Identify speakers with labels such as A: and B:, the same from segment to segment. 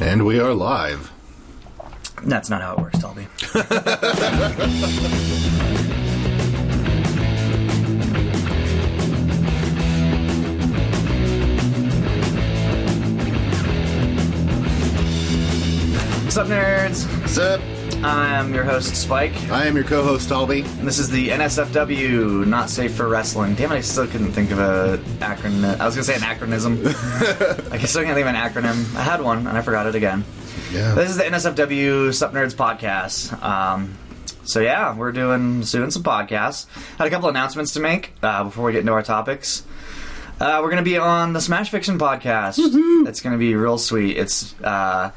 A: And we are live.
B: That's not how it works, Toby. What's up, nerds?
A: Sup?
B: I'm your host, Spike,
A: I am your co-host Talby.
B: and this is the NSFW, Not Safe for Wrestling. Damn it, I still couldn't think of a acronym. I was gonna say an acronism. I still can't think of an acronym. I had one, and I forgot it again.
A: Yeah.
B: This is the NSFW Sup Nerds podcast. Um, so yeah, we're doing doing some podcasts. Had a couple announcements to make uh, before we get into our topics. Uh, we're gonna be on the Smash Fiction podcast. It's gonna be real sweet. It's uh,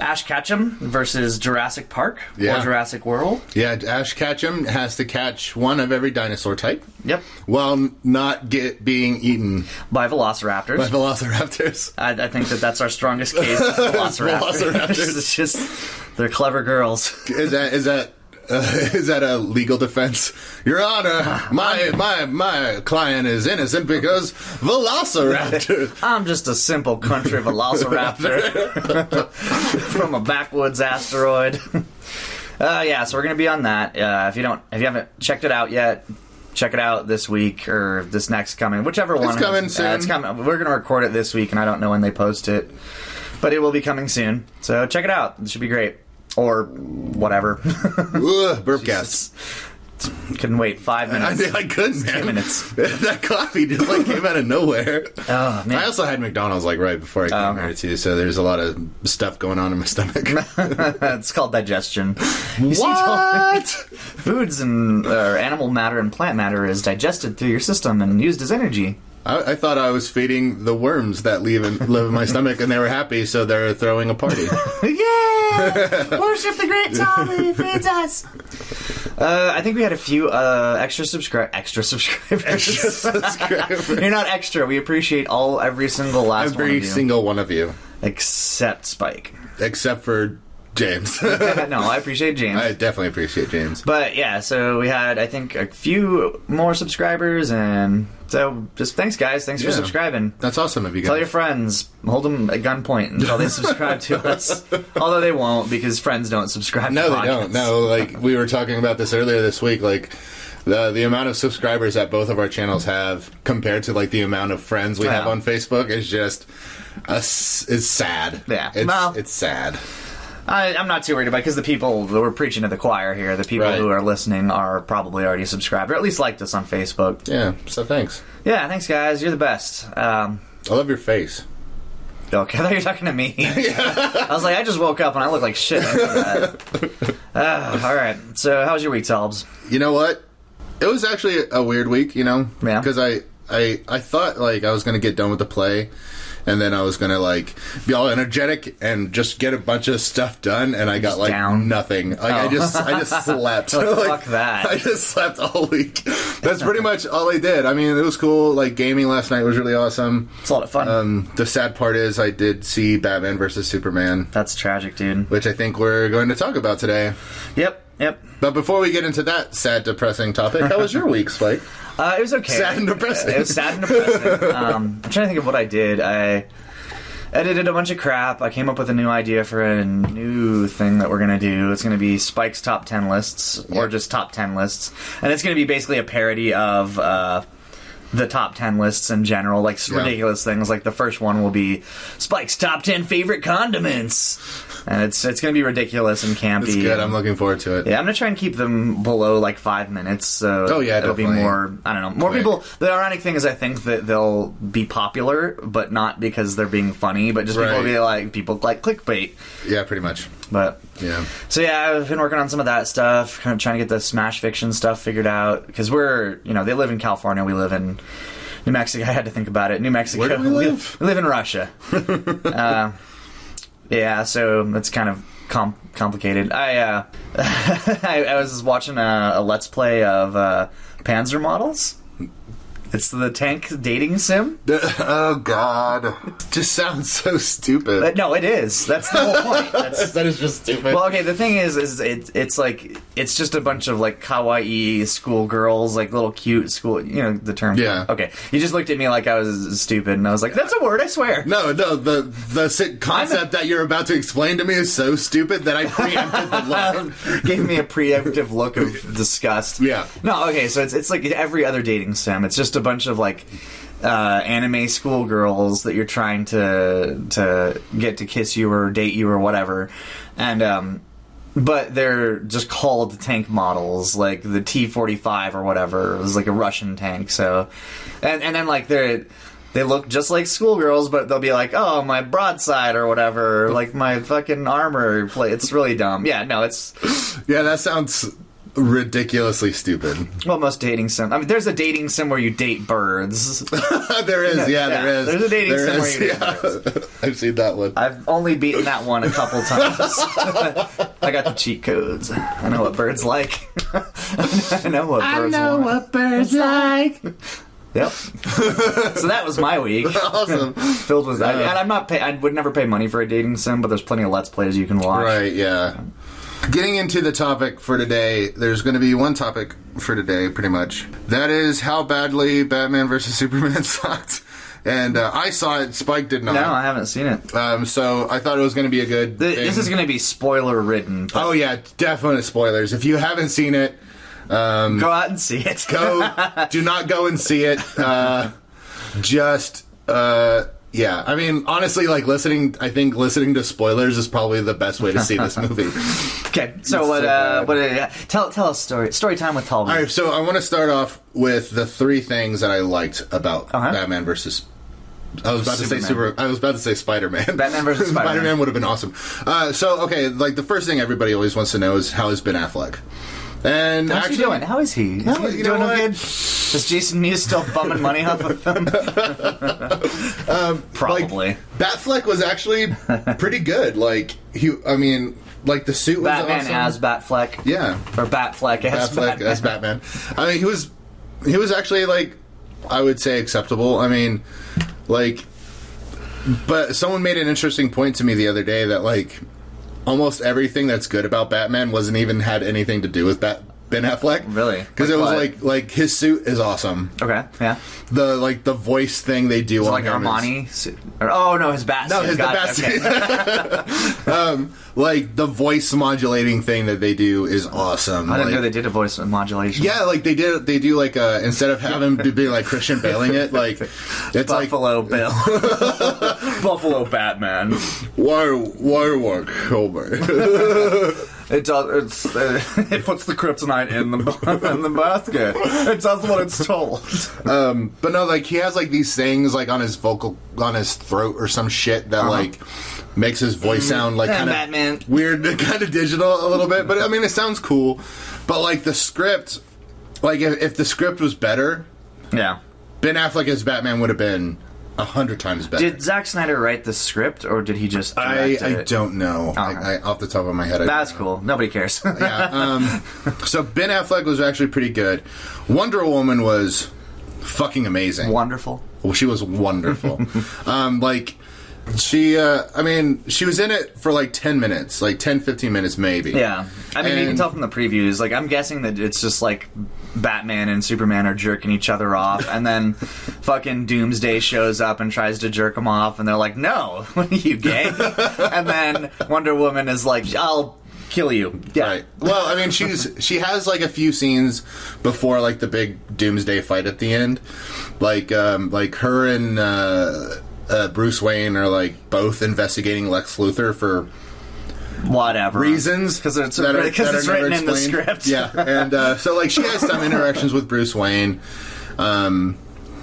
B: Ash Ketchum versus Jurassic Park
A: Yeah.
B: or Jurassic World.
A: Yeah, Ash Ketchum has to catch one of every dinosaur type
B: Yep,
A: while n- not get being eaten
B: by
A: by
B: Velociraptors.
A: velociraptors.
B: I, I think that that's our strongest case. is Velociraptors.
A: Velociraptors.
B: it's just they're clever girls.
A: Is that is that uh, is that a legal defense? Your Honor, my my my client is innocent because velociraptors.
B: I'm just a simple country velociraptor from a backwoods asteroid. Uh, yeah, so we're gonna be on that. Uh, if you don't, if you haven't checked it out yet, check it out this week or this next coming, whichever one. is-
A: coming
B: uh,
A: soon.
B: it's coming. We're gonna record it this week, and I don't know when they post it, but it will be coming soon. So check it out. It should be great, or whatever.
A: Ugh, burp gas.
B: Couldn't wait five
A: I,
B: minutes.
A: I couldn't. Man.
B: minutes.
A: that coffee just like came out of nowhere.
B: Oh man. Oh,
A: I also had McDonald's like right before I came
B: okay.
A: here too, so there's a lot of stuff going on in my stomach.
B: it's called digestion. You see,
A: what?
B: Foods and uh, animal matter and plant matter is digested through your system and used as energy.
A: I, I thought I was feeding the worms that leave in, live in my stomach, and they were happy, so they're throwing a party.
B: yeah! Worship the great Tommy feeds us. Uh, I think we had a few uh, extra subscribe extra subscribers.
A: Subscribe.
B: You're not extra. We appreciate all every single last one
A: Every
B: of you,
A: single one of you,
B: except Spike.
A: except for James.
B: no, I appreciate James.
A: I definitely appreciate James.
B: But yeah, so we had I think a few more subscribers, and so just thanks guys, thanks for
A: Yeah.
B: subscribing.
A: That's awesome of you guys.
B: Tell your friends, hold them at gunpoint until they subscribe to us. Although they won't because friends don't subscribe.
A: No,
B: to
A: they don't.
B: podcasts.
A: No, like we were talking about this earlier this week. Like the the amount of subscribers that both of our channels have compared to like the amount of friends we have
B: Yeah.
A: on Facebook is just us. It's sad.
B: Yeah.
A: it's,
B: Well-
A: it's sad.
B: I, I'm not too worried about because the people that we're preaching to the choir here, the people
A: Right.
B: who are listening, are probably already subscribed or at least liked us on Facebook.
A: Yeah. So thanks.
B: Yeah, thanks guys, you're the best. Um,
A: I love your face.
B: okay, I thought you were talking to me. I was like, I just woke up and I look like shit. after that. Ah, all right, so how's your week, Talbs?
A: You know what? It was actually a weird week. You know,
B: Yeah.
A: Because I I I thought like I was gonna get done with the play. And then I was gonna like be all energetic and just get a bunch of stuff done, and I got like
B: down.
A: nothing. Like I
B: Oh.
A: just I just slept.
B: Like,
A: Like,
B: fuck that.
A: I just slept all week. That's pretty much all I did. I mean, it was cool. Like gaming last night was really awesome.
B: It's a lot of fun.
A: Um, the sad part is I did see Batman versus Superman,
B: That's tragic, dude.
A: which I think we're going to talk about today.
B: Yep, yep.
A: But before we get into that sad, depressing topic, how was your week, Spike?
B: Uh, it was okay.
A: Sad and depressing.
B: Uh, It was sad and depressing. um, I'm trying to think of what I did. I edited a bunch of crap. I came up with a new idea for a new thing that we're gonna do. It's gonna be Spike's top ten lists, or
A: Yeah.
B: just top ten lists, and it's gonna be basically a parody of. Uh, the top 10 lists in general, like s
A: Yeah.
B: ridiculous things. Like the first one will be Spike's top 10 favorite condiments. And it's it's going to be ridiculous and campy.
A: It's good.
B: and-
A: I'm looking forward to it.
B: yeah, I'm gonna try and keep them below like five minutes. So
A: Oh, yeah,
B: it'll be
A: definitely.
B: more. I don't know, more
A: Quick.
B: people. The ironic thing is, I think that they'll be popular, but not because they're being funny, but just people
A: Right.
B: will be like people like clickbait.
A: Yeah, pretty much.
B: But
A: Yeah.
B: so yeah, I've been working on some of that stuff, kind of trying to get the Smash Fiction stuff figured out because we're you know they live in California, we live in New Mexico. I had to think about it. New Mexico,
A: Where do we live?
B: We live in Russia. uh, yeah, so that's kind of com- complicated. I, uh, I I was watching a, a Let's Play of uh, Panzer models. It's the tank dating sim.
A: oh God, just sounds so stupid.
B: But no, it is. That's the whole point. That's,
A: that is just stupid.
B: well, okay. The thing is, is it, it's like it's just a bunch of like kawaii schoolgirls, like little cute school. You know the term.
A: Yeah.
B: Okay. You just looked at me like I was stupid, and I was like, "That's a word. I swear."
A: no, no, the the si- concept that you're about to explain to me is so stupid that I preempted the line.
B: gave me a preemptive look of disgust.
A: Yeah.
B: No, okay, so it's it's like every other dating sim. It's just a bunch of like uh, anime schoolgirls that you're trying to to get to kiss you or date you or whatever, and um, but they're just called tank models, like the T-45 or whatever. It was like a Russian tank. So, and and then like they're. They look just like schoolgirls, but they'll be like, "Oh, my broadside or whatever, or, like my fucking armor." Play. It's really dumb. Yeah, no, it's
A: Yeah, that sounds ridiculously stupid.
B: Well, most dating sim. I mean, there's a dating sim where you date birds.
A: there is, yeah,
B: Yeah,
A: there is.
B: there's a dating
A: There
B: somewhere
A: is,
B: you can
A: yeah. I've seen that one.
B: I've only beaten that one a couple times. I got the cheat codes. I know what birds like. I know what birds want.
A: birds like.
B: Yep. so that was my week.
A: awesome.
B: Filled with that. and I'm not. Pay- I would never pay money for a dating sim, but there's plenty of let's plays you can watch.
A: Right, yeah. Getting into the topic for today, there's going to be one topic for today, pretty much. That is how badly Batman vs. Superman sucked. And uh, I saw it, Spike did
B: No,
A: not.
B: I haven't seen it.
A: Um, so I thought it was going to be a good.
B: Th- This
A: thing.
B: is going to be spoiler ridden.
A: Oh, yeah, definite spoilers. If you haven't seen it, um,
B: Go out and see it.
A: go. do not go and see it. Uh, just. Uh, yeah, I mean, honestly, like listening, I think listening to spoilers is probably the best way to see this movie.
B: Okay. So what? uh,
A: bad.
B: what? Uh, tell tell us story. Story time with Tall.
A: All right, so I want to start off with the three things that I liked about
B: Uh-huh.
A: Batman versus. I was about to say
B: Superman.
A: super. I was about to say Spider Man.
B: Batman versus Spider-Man.
A: Spider Man would have been awesome. Uh, so okay, like the first thing everybody always wants to know is how is Ben Affleck? And
B: How's
A: actually,
B: he doing? How is he? Is
A: No,
B: he
A: you know
B: doing
A: what?
B: good? Is Jason Mewes still bumming money off of him?
A: Um,
B: Probably.
A: Batfleck was actually pretty good. Like he, I mean, like the suit was
B: Batman
A: awesome.
B: as Batfleck.
A: yeah,
B: Or Batfleck as
A: Batfleck
B: Batman.
A: as Batman. I mean, he was he was actually like I would say acceptable. I mean, like, but someone made an interesting point to me the other day that like almost everything that's good about Batman wasn't even had anything to do with Bat Ben Affleck.
B: Really?
A: Because
B: Like
A: it was
B: what?
A: like like his suit is awesome.
B: Okay, yeah.
A: The like the voice thing they do on
B: Like
A: him is-
B: Armani. suit- Or, oh, no, his bat
A: No,
B: suit.
A: his the
B: Got it,
A: best.
B: okay.
A: um, like the voice modulating thing that they do is awesome.
B: I didn't
A: Like,
B: know they did a voice modulation.
A: Yeah, like they did. They do like uh instead of having to be like Christian Bailing it, like it's like
B: Buffalo Bill. Buffalo Batman.
A: war warwork Homer.
B: It does. It's, uh, it puts the kryptonite in the in the basket. It does what it's told.
A: um, but no, like he has like these things like on his vocal on his throat or some shit that like makes his voice sound like
B: Yeah,
A: kind
B: Uh-huh. Mm-hmm. Batman.
A: of weird, kind of digital a little bit. But I mean, it sounds cool. But like the script, like if, if the script was better,
B: Yeah.
A: Ben Affleck as Batman would have been a hundred times better.
B: Did Zack Snyder write the script, or did he just?
A: I,
B: direct
A: I
B: it?
A: don't know. I, I, off the top of my head, I
B: That's cool. Nobody cares.
A: yeah. Um, so Ben Affleck was actually pretty good. Wonder Woman was fucking amazing.
B: Wonderful.
A: Well, she was wonderful. um, like she, uh, I mean, she was in it for like ten minutes, like 10, 15 minutes maybe.
B: Yeah. I mean, you can
A: And-
B: tell from the previews. Like, I'm guessing that it's just like Batman and Superman are jerking each other off, and then fucking Doomsday shows up and tries to jerk them off, and they're like, "No, what are you gay?" and then Wonder Woman is like, "I'll kill you." Yeah.
A: Right. Well, I mean, she's she has like a few scenes before like the big Doomsday fight at the end, like um, like her and uh, uh, Bruce Wayne are like both investigating Lex Luthor for
B: Whatever.
A: reasons
B: 'Cause it's-
A: that are-
B: 'cause
A: that
B: it's
A: are never
B: written in the
A: explained.
B: script.
A: Yeah, and uh, so like she has some interactions with Bruce Wayne. Um,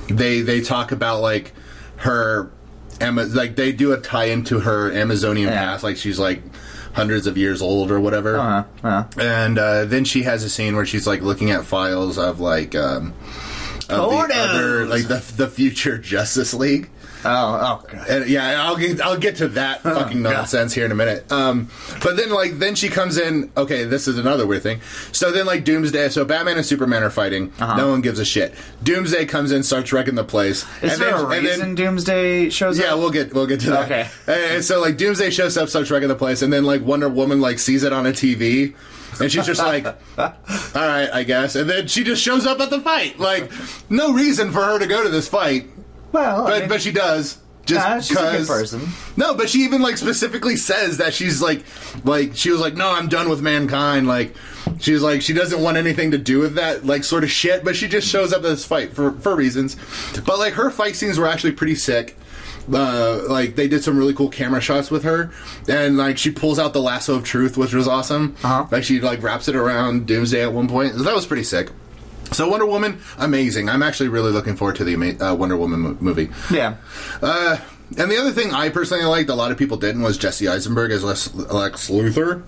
A: they they talk about like her, Ama- like they do a tie into her Amazonian
B: Yeah.
A: past, like she's like hundreds of years old or whatever.
B: Uh, uh.
A: And uh, then she has a scene where she's like looking at files of like um, of the
B: Pornos!
A: other, like the the future Justice League.
B: Oh, oh, God.
A: and yeah, and I'll get I'll get to that fucking
B: God.
A: nonsense here in a minute. Um, but then like then she comes in. Okay, this is another weird thing. So then like Doomsday. So Batman and Superman are fighting.
B: Uh-huh.
A: No one gives a shit. Doomsday comes in, starts wrecking the place.
B: Is
A: and then,
B: there a
A: and
B: reason
A: then-
B: Doomsday shows
A: yeah,
B: up?
A: we'll get we'll get to that.
B: Okay.
A: And so like Doomsday shows up, starts wrecking the place, and then like Wonder Woman like sees it on a TV, and she's just like, "All right, I guess." And then she just shows up at the fight, like no reason for her to go to this fight,
B: Well, I
A: but
B: mean,
A: but she does just
B: nah, she's a good
A: 'cause-
B: person.
A: No, but she even like specifically says that she's like like she was like, "No, I'm done with mankind." Like she's like she doesn't want anything to do with that like sort of shit, but she just shows up to this fight for for reasons. But like her fight scenes were actually pretty sick. Uh, like they did some really cool camera shots with her, and like she pulls out the lasso of truth, which was awesome.
B: Uh-huh.
A: Like she like wraps it around Doomsday at one point. So that was pretty sick. So Wonder Woman, amazing. I'm actually really looking forward to the ama- uh, Wonder Woman mo- movie.
B: yeah.
A: Uh, and the other thing I personally liked, a lot of people didn't, was Jesse Eisenberg as Lex, Lex Luthor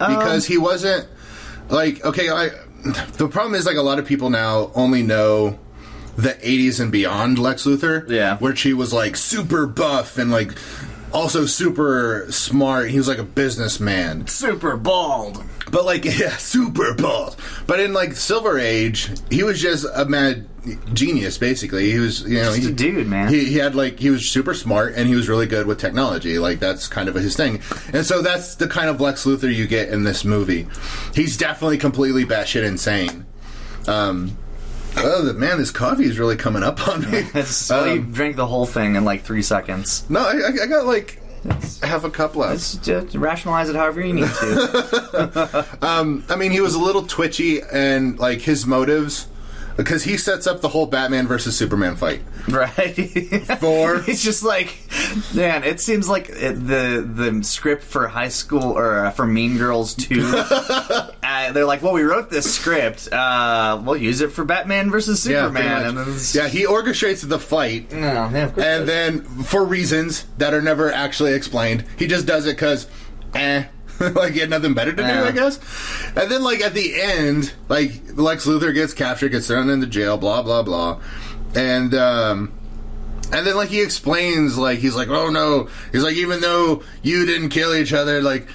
B: Um.
A: because he wasn't like okay. I the problem is like a lot of people now only know the '80s and beyond Lex Luthor,
B: Yeah.
A: which he was like super buff and like also super smart. He was like a businessman.
B: Super bald.
A: But like, yeah, super bald. But in like Silver Age, he was just a mad genius. Basically, he was you know
B: Just a
A: he-
B: dude, man.
A: He, he had like he was super smart and he was really good with technology. Like that's kind of his thing. And so that's the kind of Lex Luthor you get in this movie. He's definitely completely batshit insane. Um, oh the- man, this coffee is really coming up on me.
B: It's, well, you
A: um,
B: drink the whole thing in like three seconds.
A: no, I, I- I got like
B: It's,
A: half a cup left.
B: it's just rationalize it however you need to.
A: I mean, he was a little twitchy and like his motives because he sets up the whole Batman versus Superman fight.
B: right?
A: Four.
B: It's just like, man, it seems like it, the the script for High School or uh, for Mean Girls two. uh, they're like, well, we wrote this script. Uh, we'll use it for Batman versus Superman,
A: pretty much.
B: and then it's-
A: yeah, Eh, he orchestrates the fight,
B: No, yeah, of course
A: and
B: it is.
A: then for reasons that are never actually explained, he just does it because, eh, like he had nothing better to do,
B: Yeah.
A: I guess. And then like at the end, like Lex Luthor gets captured, gets thrown into jail, blah blah blah, and um. And then, like, he explains, like, he's like, oh no. He's like, even though you didn't kill each other, like,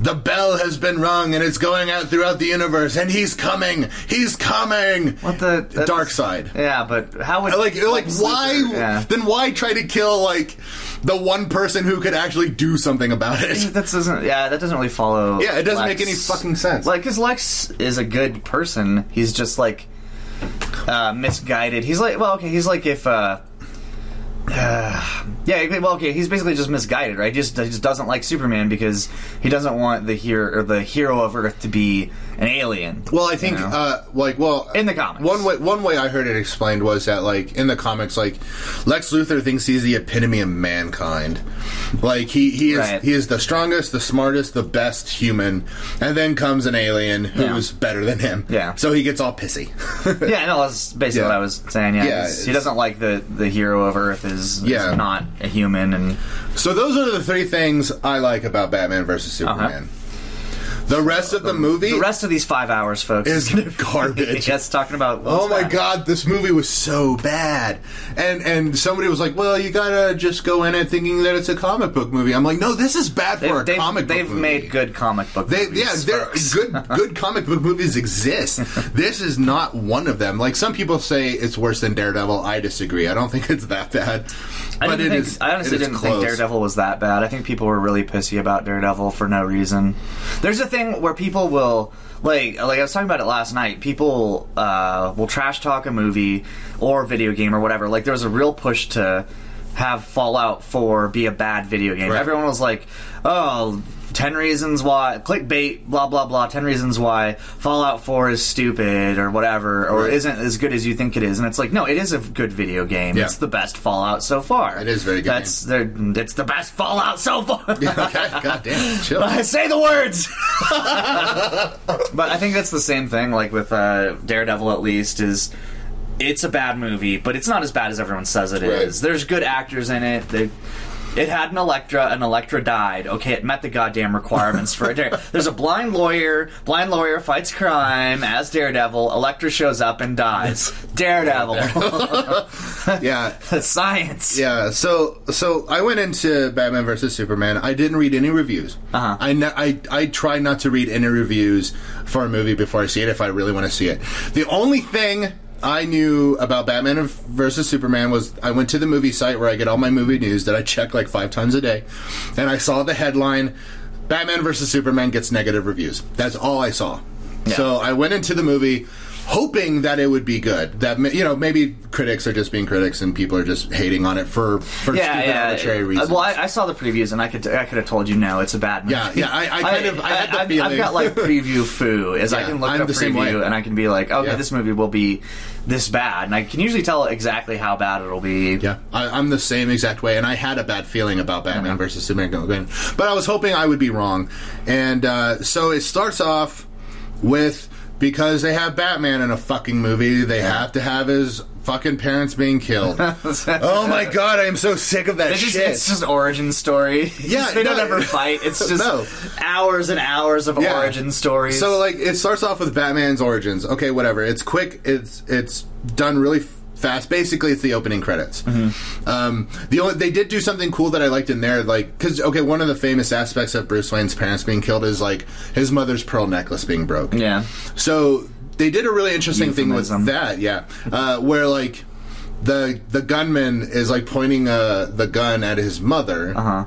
A: the bell has been rung and it's going out throughout the universe, and he's coming! He's coming!
B: What the- that's-
A: Dark side.
B: yeah, but how would
A: Like, like,
B: Lex
A: why?
B: Luthor- yeah.
A: Then why try to kill like the one person who could actually do something about it?
B: that doesn't yeah that doesn't really follow
A: Yeah, it doesn't
B: Lex.
A: make any fucking sense.
B: like because lex is a good person he's just like uh misguided he's like well okay he's like if uh uh, yeah, well, okay. He's basically just misguided, right? He just he just doesn't like Superman because he doesn't want the hero or the hero of Earth to be an alien.
A: well, I think,
B: You know?
A: uh, like, well,
B: In the comics.
A: one way one way I heard it explained was that, like, in the comics, like, Lex Luthor thinks he's the epitome of mankind. Like, he he is
B: Right.
A: he is the strongest, the smartest, the best human, and then comes an alien who's better than him.
B: Yeah.
A: so he gets all pissy.
B: yeah, no, that's basically
A: Yeah.
B: what I was saying. Yeah,
A: Yeah,
B: he's- he
A: it's-
B: doesn't like the the hero of Earth is, is
A: Yeah.
B: not a human, and
A: So those are the three things I like about Batman versus Superman. The rest of the movie
B: Uh-huh. the rest of these five hours, folks,
A: is
B: gonna be-
A: garbage.
B: Yes, talking about
A: Oh my
B: bad.
A: god, this movie was so bad. And and somebody was like, "Well, you gotta just go in it thinking that it's a comic book movie." I'm like, "No, this is bad
B: They've,
A: for a
B: they've-
A: comic book
B: they've
A: movie."
B: made good comic book
A: They,
B: movies.
A: yeah, there
B: folks.
A: good good comic book movies exist. this is not one of them. Like some people say, it's worse than Daredevil. I disagree. I don't think it's that bad.
B: I,
A: but
B: didn't
A: it
B: think,
A: is-
B: I honestly
A: it is
B: didn't think
A: close.
B: Daredevil was that bad. I think people were really pissy about Daredevil for no reason. There's a thing where people will like like I was talking about it last night. People uh, will trash talk a movie or video game or whatever. Like there was a real push to have Fallout 4 be a bad video game.
A: Right.
B: Everyone was like, "Oh, 10 reasons why clickbait blah blah blah 10 reasons why Fallout 4 is stupid or whatever or
A: Right.
B: isn't as good as you think it is." And it's like, "No, it is a good video game.
A: Yeah.
B: It's the best Fallout so far."
A: It is very good
B: That's they're- it's the best Fallout so far.
A: okay, goddamn, chill.
B: Say the words. but I think that's the same thing. Like with uh, Daredevil, at least is it's a bad movie, but it's not as bad as everyone says it is.
A: Right.
B: There's good actors in it. They, It had an Electra, and Electra died. Okay, it met the goddamn requirements for a dare. There's a blind lawyer. Blind lawyer fights crime as Daredevil. Electra shows up and dies. Daredevil.
A: yeah,
B: Science.
A: yeah. So, so I went into Batman versus Superman. I didn't read any reviews.
B: Uh-huh.
A: I, ne- I I try not to read any reviews for a movie before I see it if I really want to see it. The only thing I knew about Batman versus Superman was I went to the movie site where I get all my movie news that I check like five times a day, and I saw the headline: Batman versus Superman gets negative reviews. That's all I saw. So I went into the movie hoping that it would be good. That ma- you know maybe critics are just being critics and people are just hating on it for for
B: Yeah,
A: stupid
B: yeah.
A: arbitrary
B: Uh,
A: reasons.
B: Well, I, I saw the previews, and I could I could have told you no, it's a bad movie.
A: Yeah, yeah, I- I kind of- I had the
B: I've- I've
A: feeling.
B: got like preview foo, is I
A: Yeah,
B: can look
A: I'm
B: up
A: the same way.
B: preview and I can be like, okay,
A: Yeah.
B: this movie will be this bad, and I can usually tell exactly how bad it'll be.
A: yeah, I, I'm the same exact way, and I had a bad feeling about Batman
B: Uh-huh.
A: versus Superman, going- but I was hoping I would be wrong. And uh, so it starts off with because they have Batman in a fucking movie, they have to have his fucking parents being killed. oh my god, I am so sick of that
B: It's just,
A: shit.
B: it's just origin story.
A: Yeah,
B: they don't
A: no.
B: ever fight. It's just
A: No.
B: hours and hours of
A: Yeah.
B: origin stories.
A: So like it starts off with Batman's origins. Okay, whatever. It's quick. It's it's done really f- fast. Basically, it's the opening credits.
B: Mm-hmm.
A: Um, the only they did do something cool that I liked in there, like because okay, one of the famous aspects of Bruce Wayne's parents being killed is like his mother's pearl necklace being broke.
B: yeah,
A: So they did a really interesting thing with
B: Euphemism.
A: that, yeah, uh, where like the the gunman is like pointing uh, the gun at his mother.
B: Uh-huh.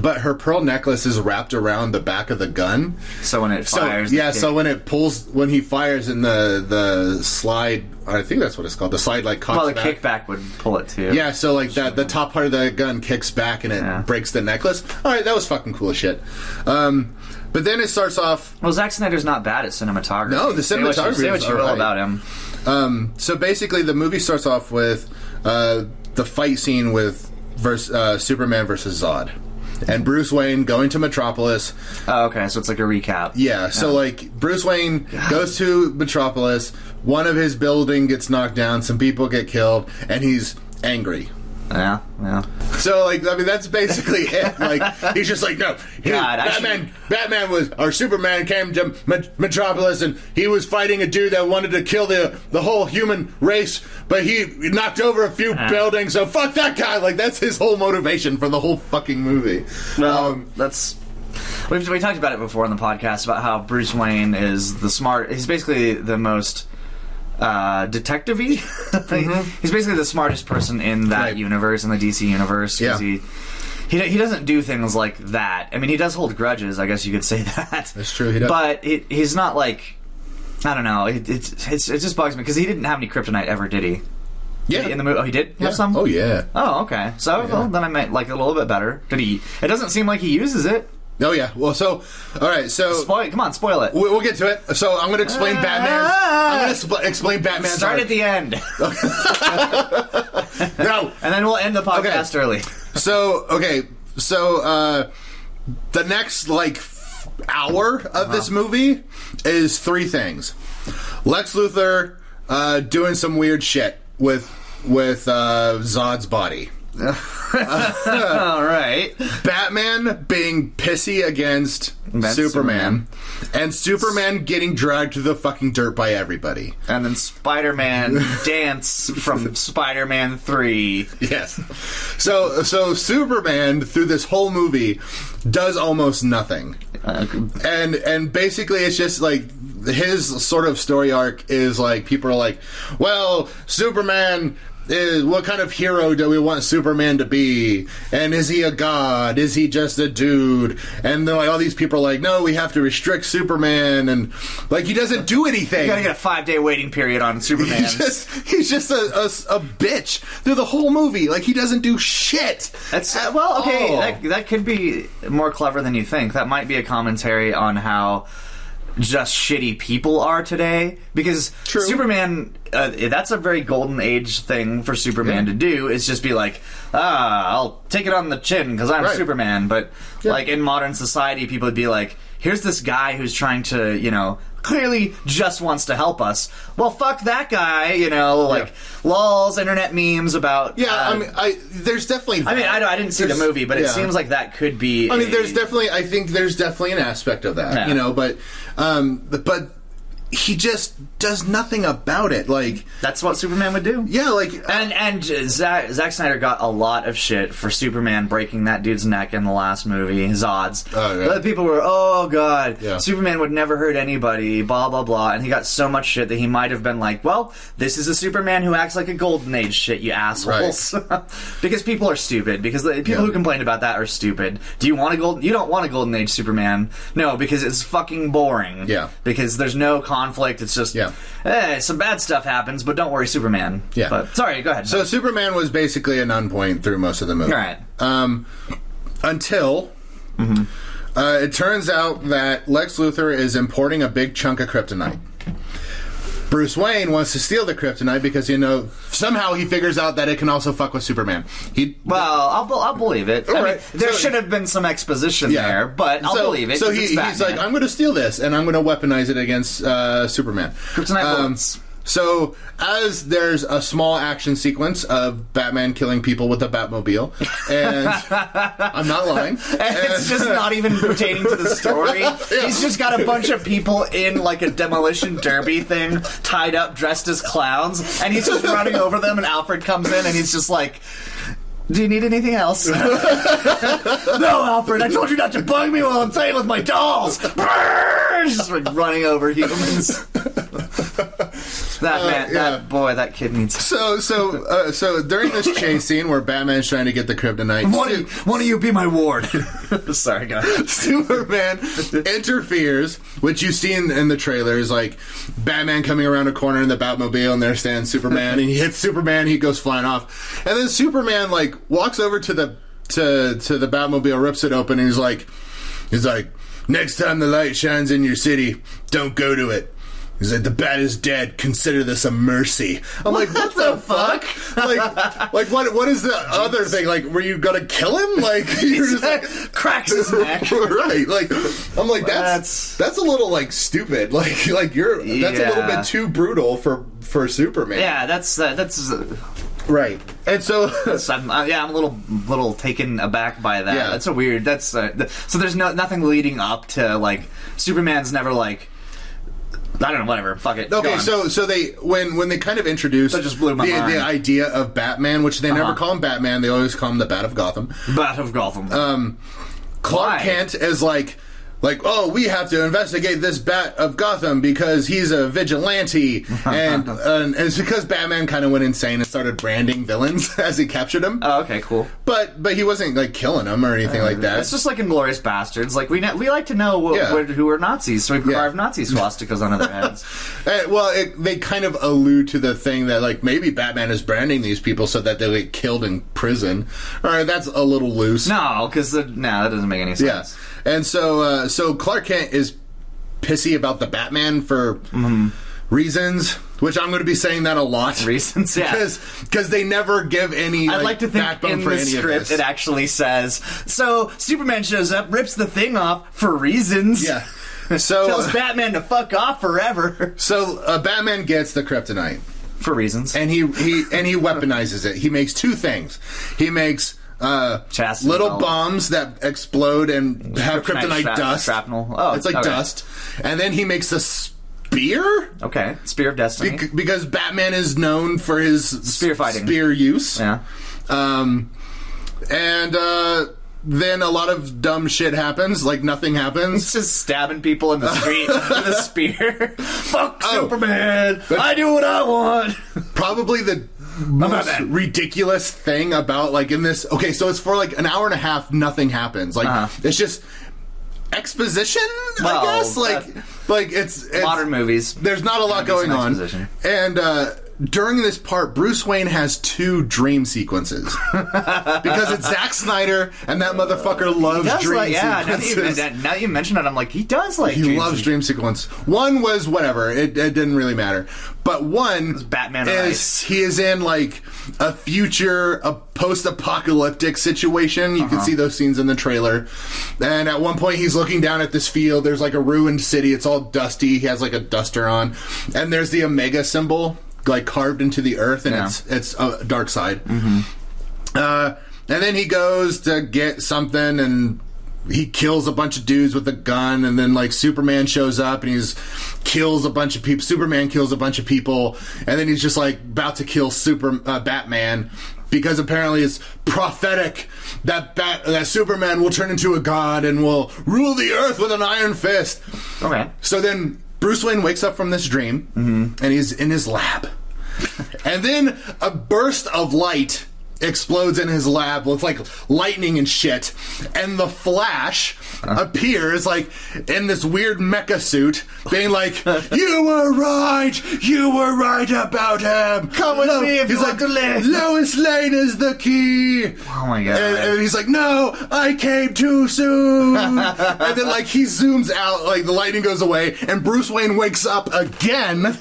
A: But her pearl necklace is wrapped around the back of the gun,
B: so when it
A: so
B: fires, the
A: yeah,
B: kick-
A: so when it pulls, when he fires in the the slide, I think that's what it's called. The slide like cocks
B: well, the
A: back.
B: kickback would pull it too.
A: Yeah, so like that, the top part of the gun kicks back and it
B: Yeah.
A: breaks the necklace. All right, that was fucking cool as shit. Um, but then it starts off.
B: Well, Zack Snyder's not bad at cinematography.
A: No, the
B: Say what you, say what
A: cinematography is
B: you will
A: alright.
B: about him.
A: Um, so basically, the movie starts off with uh, the fight scene with vers uh, Superman versus Zod, and Bruce Wayne going to Metropolis.
B: Oh, okay, so it's like a recap.
A: Yeah, so like Bruce Wayne goes to Metropolis, one of his building gets knocked down, some people get killed, and he's angry.
B: yeah, yeah.
A: So like I mean that's basically it. Like he's just like no, he,
B: God, I
A: Batman. Batman was or Superman came to Met- Metropolis and he was fighting a dude that wanted to kill the the whole human race, but he knocked over a few
B: Ah.
A: buildings. So fuck that guy. Like that's his whole motivation for the whole fucking movie.
B: Well, that's we've we talked about it before on the podcast about how Bruce Wayne is the smart. He's basically the most uh, detective-y. He's basically the smartest person in that
A: Right.
B: universe in the DC universe. 'cause
A: Yeah.
B: He, he, do- he doesn't do things like that. I mean, he does hold grudges. I guess you could say that.
A: That's true, he does.
B: But he, he's not like I don't know. It, it's it's, it just bugs me because he didn't have any kryptonite ever, did he?
A: yeah.
B: In the movie, oh, he did have
A: yeah.
B: some.
A: Oh yeah.
B: Oh, okay. So well, then I might like it a little bit better. Did he? It doesn't seem like he uses it.
A: Oh yeah. Well, so all right. So
B: Spoil. Come on, spoil it.
A: We- We'll get to it. So I'm going to explain Batman's. I'm going to spl- explain Batman's.
B: Start
A: arc.
B: at the end, and
A: no.
B: then we'll end the podcast early.
A: So okay. So uh, the next like f- hour of
B: Uh-huh.
A: this movie is three things: Lex Luthor uh, doing some weird shit with with uh, Zod's body.
B: All right.
A: Batman being pissy against
B: That's
A: Superman, and Superman getting dragged to the fucking dirt by everybody.
B: And then Spider-Man dance from Spider-Man Three.
A: Yes. So so Superman through this whole movie does almost nothing.
B: Uh,
A: And and basically it's just like his sort of story arc is like people are like, "Well, Superman is what kind of hero do we want Superman to be? And is he a god? Is he just a dude?" And then like all these people are like, "No, we have to restrict Superman." And like he doesn't do anything.
B: you gotta get a five-day waiting period on Superman.
A: He's just, he's just a, a, a bitch through the whole movie. Like, he doesn't do shit.
B: That's uh, well, okay.
A: all.
B: That, that could be more clever than you think. That might be a commentary on how just shitty people are today. Because
A: True.
B: Superman, uh, that's a very golden age thing for Superman to do is just be like, ah, I'll take it on the chin because I'm
A: Right.
B: Superman. But like in modern society, people would be like, here's this guy who's trying to, you know. clearly just wants to help us. Well, fuck that guy, you know, like lols, internet memes about.
A: Yeah,
B: uh,
A: I mean, I there's definitely.
B: I mean, I, don't- I didn't see the movie, but it
A: yeah.
B: seems like that could be.
A: I mean, there's
B: a-
A: definitely. I think there's definitely an aspect of that,
B: Yeah.
A: you know. But, um, but he just does nothing about it. Like,
B: that's what Superman would do.
A: yeah, like
B: And and Zack, Zack Snyder got a lot of shit for Superman breaking that dude's neck in the last movie, Zod's.
A: Oh, yeah.
B: Other people were, oh god,
A: Yeah.
B: Superman would never hurt anybody, blah blah blah, and he got so much shit that he might have been like, well, this is a Superman who acts like a Golden Age shit, you assholes, because people are stupid. Because the people
A: Yeah.
B: who complain about that are stupid. Do you want a golden? You don't want a Golden Age Superman, no, because it's fucking boring.
A: Yeah.
B: because there's no conflict. It's just,
A: Yeah.
B: eh, some bad stuff happens, but don't worry, Superman.
A: Yeah.
B: But sorry, go ahead.
A: so Superman was basically a non-point through most of the movie.
B: all right.
A: Um, until uh, it turns out that Lex Luthor is importing a big chunk of kryptonite. Bruce Wayne wants to steal the kryptonite because you know somehow he figures out that it can also fuck with Superman. He
B: Well, I'll, be- I'll believe it. I mean,
A: right.
B: there
A: So-
B: should have been some exposition there, but I'll
A: so,
B: believe it.
A: So
B: 'cause
A: he,
B: it's
A: he's like,
B: Batman.
A: I'm going to steal this and I'm going to weaponize it against uh, Superman. Um,
B: Kryptonite bullets.
A: So as there's a small action sequence of Batman killing people with a Batmobile, and I'm not lying.
B: it's just not even pertaining to the story. He's just got a bunch of people in like a demolition derby thing, tied up, dressed as clowns, and he's just running over them. And Alfred comes in, and he's just like. Do you need anything else? no, Alfred. I told you not to bug me while I'm playing with my dolls. Just like running over humans. that man,
A: yeah.
B: that boy, that kid needs
A: So so uh, so during this chase scene where Batman's trying to get the kryptonite,
B: One of you, one of you be my ward. Sorry, guys.
A: Superman interferes, which you see in, in the trailer is like Batman coming around a corner in the Batmobile, and there stands Superman, and he hits Superman, he goes flying off, and then Superman like walks over to the to to the Batmobile, rips it open, and he's like, he's like, next time the light shines in your city, don't go to it. He's like, the bat is dead. Consider this a mercy. I'm like, what the fuck? Like, like what? What is the other thing? Like, were you gonna kill him? Like, you're just like,
B: Cracks his neck.
A: right like i'm like that's
B: That's-
A: that's a little like stupid like like you're that's a little
B: Yeah.
A: bit too brutal for for superman
B: Yeah, that's uh, that's. Uh,
A: right and so
B: that's- I'm, uh, yeah, I'm a little little taken aback by that.
A: Yeah.
B: That's a weird. That's uh, th- so. There's no nothing leading up to like Superman's never like. I don't know. Whatever. Fuck it. go
A: okay
B: on.
A: so so they when when they kind of introduced
B: That just blew my
A: the,
B: mind.
A: the idea of batman which they
B: Uh-huh.
A: never call him batman they always call him the bat of gotham
B: Bat of Gotham.
A: uh, clark
B: Why?
A: kent is like like oh we have to investigate this bat of gotham because he's a vigilante and, and it's because batman kind of went insane and started branding villains as he captured him
B: oh, okay. Cool.
A: But but he wasn't like killing him or anything like that.
B: It's just like Inglorious Bastards. Like we know, we like to know wh-
A: uh, Yeah.
B: wh- who are Nazis, so we carve Nazi swastikas onto their heads.
A: Uh, well, it, they kind of allude to the thing that like maybe Batman is branding these people so that they'll get killed in prison. All right, that's a little loose.
B: no, because no, that doesn't make any sense.
A: Yeah. And so uh, so Clark Kent is pissy about the Batman for
B: Mm-hmm.
A: reasons, which I'm going to be saying that a lot.
B: Reasons, yeah.
A: Because cause they never give any.
B: I'd like to think
A: backbone
B: in
A: for
B: the
A: any
B: script
A: of this.
B: it actually says so. Superman shows up, rips the thing off for reasons.
A: yeah. So
B: tells Batman to fuck off forever
A: so uh, Batman gets the kryptonite.
B: for reasons.
A: and he he and he weaponizes it. He makes two things. He makes uh,
B: Chastity
A: little
B: belt.
A: bombs that explode and have kryptonite
B: shrap-
A: dust.
B: shrapnel. Oh,
A: it's like
B: okay.
A: dust. And then he makes a spear
B: okay, Spear of Destiny.
A: Bec- because Batman is known for his
B: Spear fighting.
A: spear use.
B: yeah,
A: Um, and uh, then a lot of dumb shit happens. Like nothing happens.
B: it's just stabbing people in the street with a spear. Fuck Superman! I do what I want.
A: probably the most
B: Batman.
A: ridiculous thing about like in this okay so it's for like an hour and a half nothing happens like
B: Uh-huh.
A: it's just exposition
B: Well,
A: i guess like
B: that-
A: like it's, it's
B: Modern movies.
A: there's not a lot
B: Gotta be
A: going
B: some
A: on
B: exposition.
A: and uh during this part, Bruce Wayne has two dream sequences because it's Zack Snyder, and that motherfucker loves
B: does
A: dream
B: like, yeah, now that,
A: sequences.
B: you, that- now that you mention it, I'm like, he does like.
A: he
B: dream
A: loves
B: sequ-
A: dream sequence. One was whatever; it, it didn't really matter. But one
B: Batman on
A: is
B: Ice.
A: he is in like a future, a post-apocalyptic situation. You can
B: Uh-huh.
A: see those scenes in the trailer. And at one point, he's looking down at this field. There's like a ruined city. It's all dusty. He has like a duster on, and there's the Omega symbol like carved into the earth, and
B: Yeah. Mm-hmm.
A: it's it's uh, dark side. Uh, and then he goes to get something and he kills a bunch of dudes with a gun and then like Superman shows up and he's kills a bunch of people Superman kills a bunch of people and then he's just like about to kill super uh, Batman because apparently it's prophetic that bat- that Superman will turn into a god and will rule the earth with an iron fist.
B: Okay.
A: So then Bruce Wayne wakes up from this dream
B: Mm-hmm.
A: and he's in his lab. and then a burst of light explodes in his lab with like lightning and shit. And the Flash
B: Uh-huh.
A: appears like in this weird mecha suit, being like, You were right! You were right about him!
B: Come with me if
A: he's
B: you
A: like,
B: want to live."
A: Lois Lane is the key!
B: Oh my god.
A: And, and he's like, "No, I came too soon." and then like he zooms out, like the lightning goes away, and Bruce Wayne wakes up again.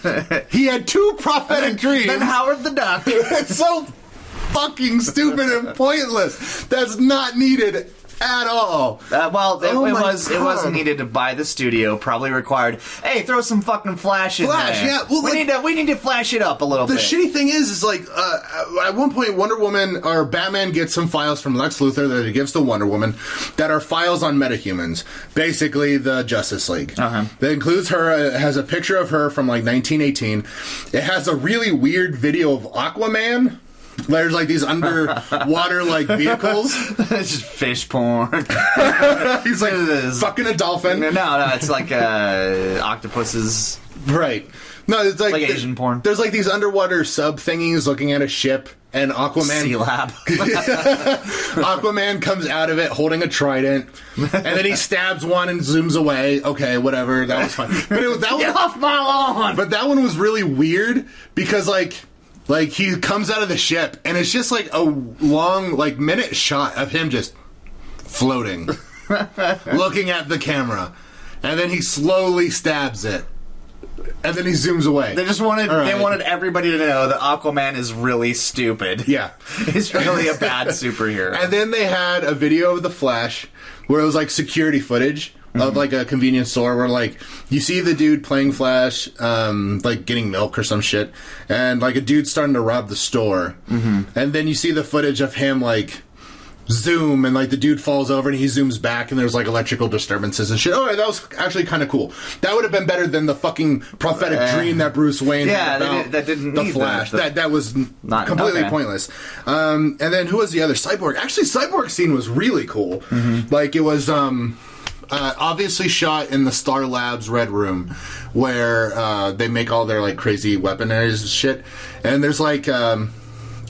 A: he had two prophetic dreams.
B: then Howard the Duck. Uh,
A: it's so fucking stupid and pointless. That's not needed at all.
B: Uh, well, it,
A: Oh
B: it
A: my
B: was it was
A: God.
B: needed by the studio. Probably required. Hey, throw some fucking flash in
A: Flash,
B: there.
A: yeah, well,
B: we
A: like-
B: need to we need to flash it up a little
A: The
B: bit.
A: shitty thing is, is like uh, at one point, Wonder Woman or Batman gets some files from Lex Luthor that he gives to Wonder Woman that are files on metahumans, basically the Justice League.
B: Uh-huh.
A: That includes her. Uh, has a picture of her from like 1918. It has a really weird video of Aquaman. There's like these underwater like vehicles.
B: it's just fish porn.
A: He's like
B: It is.
A: fucking a
B: no,
A: dolphin,
B: no, it's like uh, octopuses.
A: right? No, it's like,
B: Like Asian porn.
A: There's like these underwater sub thingies looking at a ship, and Aquaman
B: Sea lab.
A: Aquaman comes out of it holding a trident, and then he stabs one and zooms away. Okay, whatever, that was fun. But it, that
B: Get
A: one,
B: off my lawn.
A: but that one was really weird because like, like he comes out of the ship, and it's just like a long, like minute shot of him just floating, looking at the camera, and then he slowly stabs it, and then he zooms away.
B: They just wanted
A: All right.
B: they wanted everybody to know that Aquaman is really stupid.
A: Yeah.
B: he's really a bad superhero.
A: And then they had a video of the Flash where it was like security footage
B: Mm-hmm.
A: of like a convenience store where like you see the dude playing Flash, um, like getting milk or some shit, and like a dude starting to rob the store,
B: Mm-hmm.
A: and then you see the footage of him like. Zoom and like the dude falls over and he zooms back and there's like electrical disturbances and shit. Oh, that was actually kind of cool. That would have been better than the fucking prophetic dream that Bruce Wayne
B: Yeah,
A: had
B: that
A: about
B: did- that didn't
A: the
B: need that.
A: Flash.
B: The-
A: That that was
B: Not-
A: completely
B: okay.
A: pointless pointless. Um, and then who was the other cyborg? Actually, cyborg scene was really cool. Like it was um, uh, obviously shot in the Star Labs Red Room, where uh, they make all their like crazy weaponaries and shit. And there's like. Um,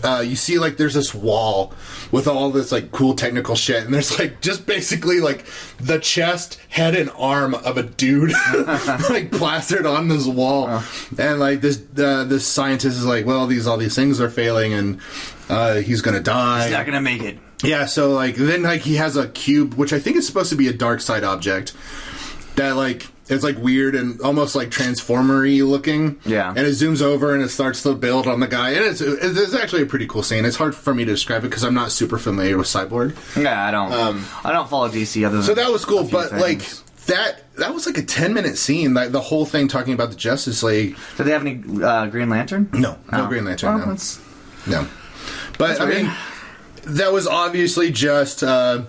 A: uh, you see, like, there's this wall with all this, like, cool technical shit, and there's, like, just basically, like, the chest, head, and arm of a dude, like, plastered on this wall.
B: Uh.
A: And, like, this uh, this scientist is like, well, these all these things are failing, and uh, he's gonna die.
B: He's not gonna make it.
A: Yeah, so like then like he has a cube, which I think is supposed to be a dark side object that like it's like weird and almost like transformery looking.
B: Yeah.
A: and it zooms over and it starts to build on the guy, and it's it's actually a pretty cool scene. It's hard for me to describe it because I'm not super familiar with Cyborg.
B: Yeah, I don't. I don't follow DC other than
A: So that was
B: a
A: cool,
B: few
A: but
B: things.
A: like that that was like a 10 minute scene, like the whole thing talking about the Justice League.
B: Did they have any uh, Green Lantern?
A: No, no
B: Oh.
A: Green Lantern.
B: Well,
A: no.
B: that's-
A: No. But I mean, that was obviously just. Uh,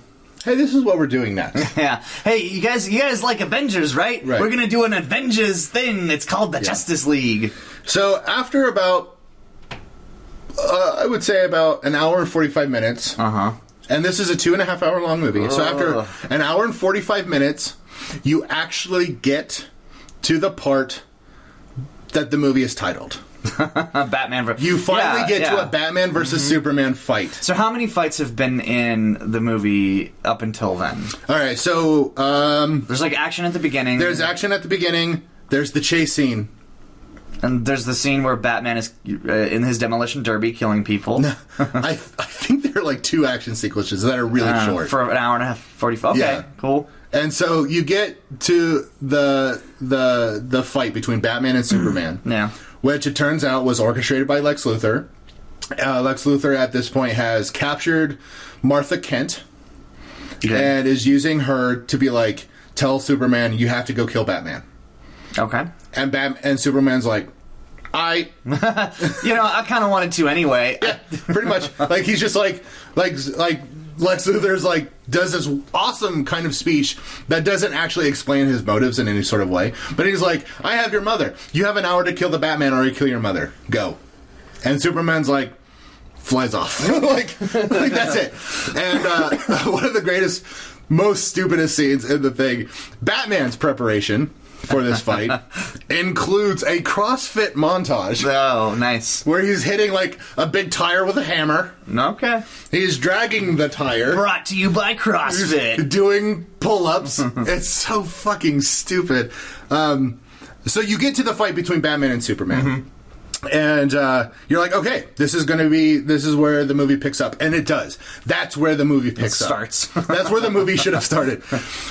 A: Hey, this is what we're doing next.
B: Yeah. Hey, you guys, you guys like Avengers, right?
A: Right.
B: We're gonna do an Avengers thing. It's called the Justice League.
A: So after about, uh, I would say about an hour and forty five minutes,
B: Uh huh.
A: and this is a two and a half hour long movie. So
B: Ugh.
A: after an hour and forty five minutes, you actually get to the part that the movie is titled.
B: Batman. ver-
A: You finally
B: Yeah,
A: get
B: yeah. Mm-hmm.
A: to a Batman versus Superman fight.
B: So how many fights have been in the movie up until then?
A: All right, so um,
B: There's like action at the beginning.
A: there's action at the beginning. There's the chase scene.
B: And there's the scene where Batman is uh, in his demolition derby killing people
A: I, I think there are like two action sequences that are really
B: uh,
A: short.
B: for an hour and a half, forty five. Okay,
A: Yeah.
B: cool.
A: and so you get to the the the fight between Batman and Superman.
B: Yeah.
A: which it turns out was orchestrated by Lex Luthor. Uh, Lex Luthor at this point has captured Martha Kent
B: Okay.
A: and is using her to be like, tell Superman you have to go kill Batman.
B: okay.
A: And Bat- and Superman's like, I
B: You know, I kind of wanted to anyway.
A: pretty much like he's just like like like Lex Luthor's like does this awesome kind of speech that doesn't actually explain his motives in any sort of way, but he's like, "I have your mother. You have an hour to kill the Batman, or I kill your mother. Go." And Superman's like flies off, like like that's it. And uh, one of the greatest, most stupidest scenes in the thing, Batman's preparation for this fight includes a CrossFit montage
B: Oh, nice.
A: where he's hitting like a big tire with a hammer.
B: Okay.
A: He's dragging the tire,
B: Brought to you by CrossFit.
A: doing pull-ups. it's so fucking stupid. Um, so you get to the fight between Batman and Superman. And uh, you're like, okay, this is going to be, this is where the movie picks up, and it does. That's where the movie picks up.
B: starts.
A: That's where the movie should have started.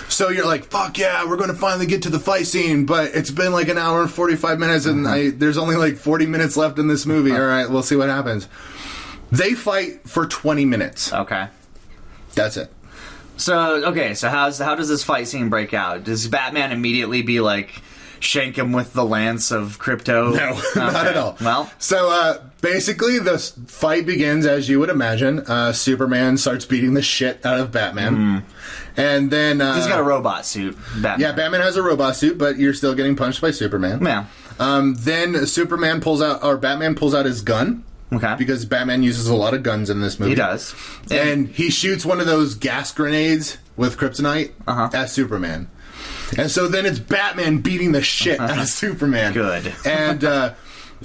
A: So you're like, fuck yeah, we're going to finally get to the fight scene, but it's been like an hour and 45 minutes, and I,
B: Mm-hmm.
A: there's only like 40 minutes left in this movie. All
B: Uh-huh.
A: right, we'll see what happens. They fight for 20 minutes.
B: Okay.
A: That's it.
B: So okay, so how's how does this fight scene break out? Does Batman immediately be like shank him with the lance of crypto?
A: No,
B: Okay.
A: not at all.
B: Well,
A: so uh, basically, the s- fight begins as you would imagine. Uh, Superman starts beating the shit out of Batman, and then uh,
B: Mm-hmm. he's got a robot suit. Batman.
A: yeah, Batman has a robot suit, but you're still getting punched by Superman.
B: Yeah.
A: Um, then Superman pulls out, or Batman pulls out his gun
B: Okay.
A: because Batman uses a lot of guns in this movie.
B: he does.
A: and he shoots one of those gas grenades with kryptonite
B: Uh-huh.
A: at Superman. And so then it's Batman beating the shit out of Superman.
B: Uh-huh. Good.
A: and uh,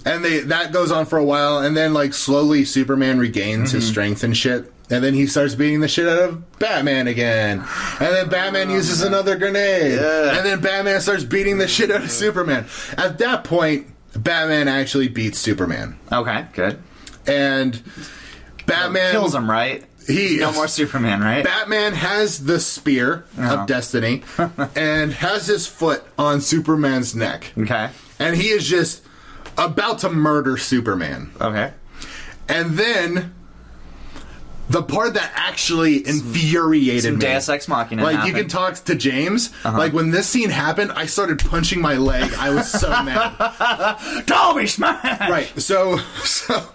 A: and they that goes on for a while, and then like slowly Superman regains
B: Mm-hmm.
A: his strength and shit. And then he starts beating the shit out of Batman again. And then
B: Oh,
A: Batman uses another grenade. And then Batman starts beating the shit out of Superman. At that point, Batman actually beats Superman.
B: Okay. Good.
A: And Batman
B: Kills him, right?
A: He
B: No more Superman, right?
A: Batman has the spear of destiny and has his foot on Superman's neck.
B: okay.
A: And he is just about to murder Superman.
B: Okay.
A: And then the part that actually infuriated me.
B: Deus Ex Machina.
A: like you can
B: happened. Uh-huh.
A: talk to James. Like when this scene happened, I started punching my leg. I was so mad.
B: Toby Smash.
A: Right. So, so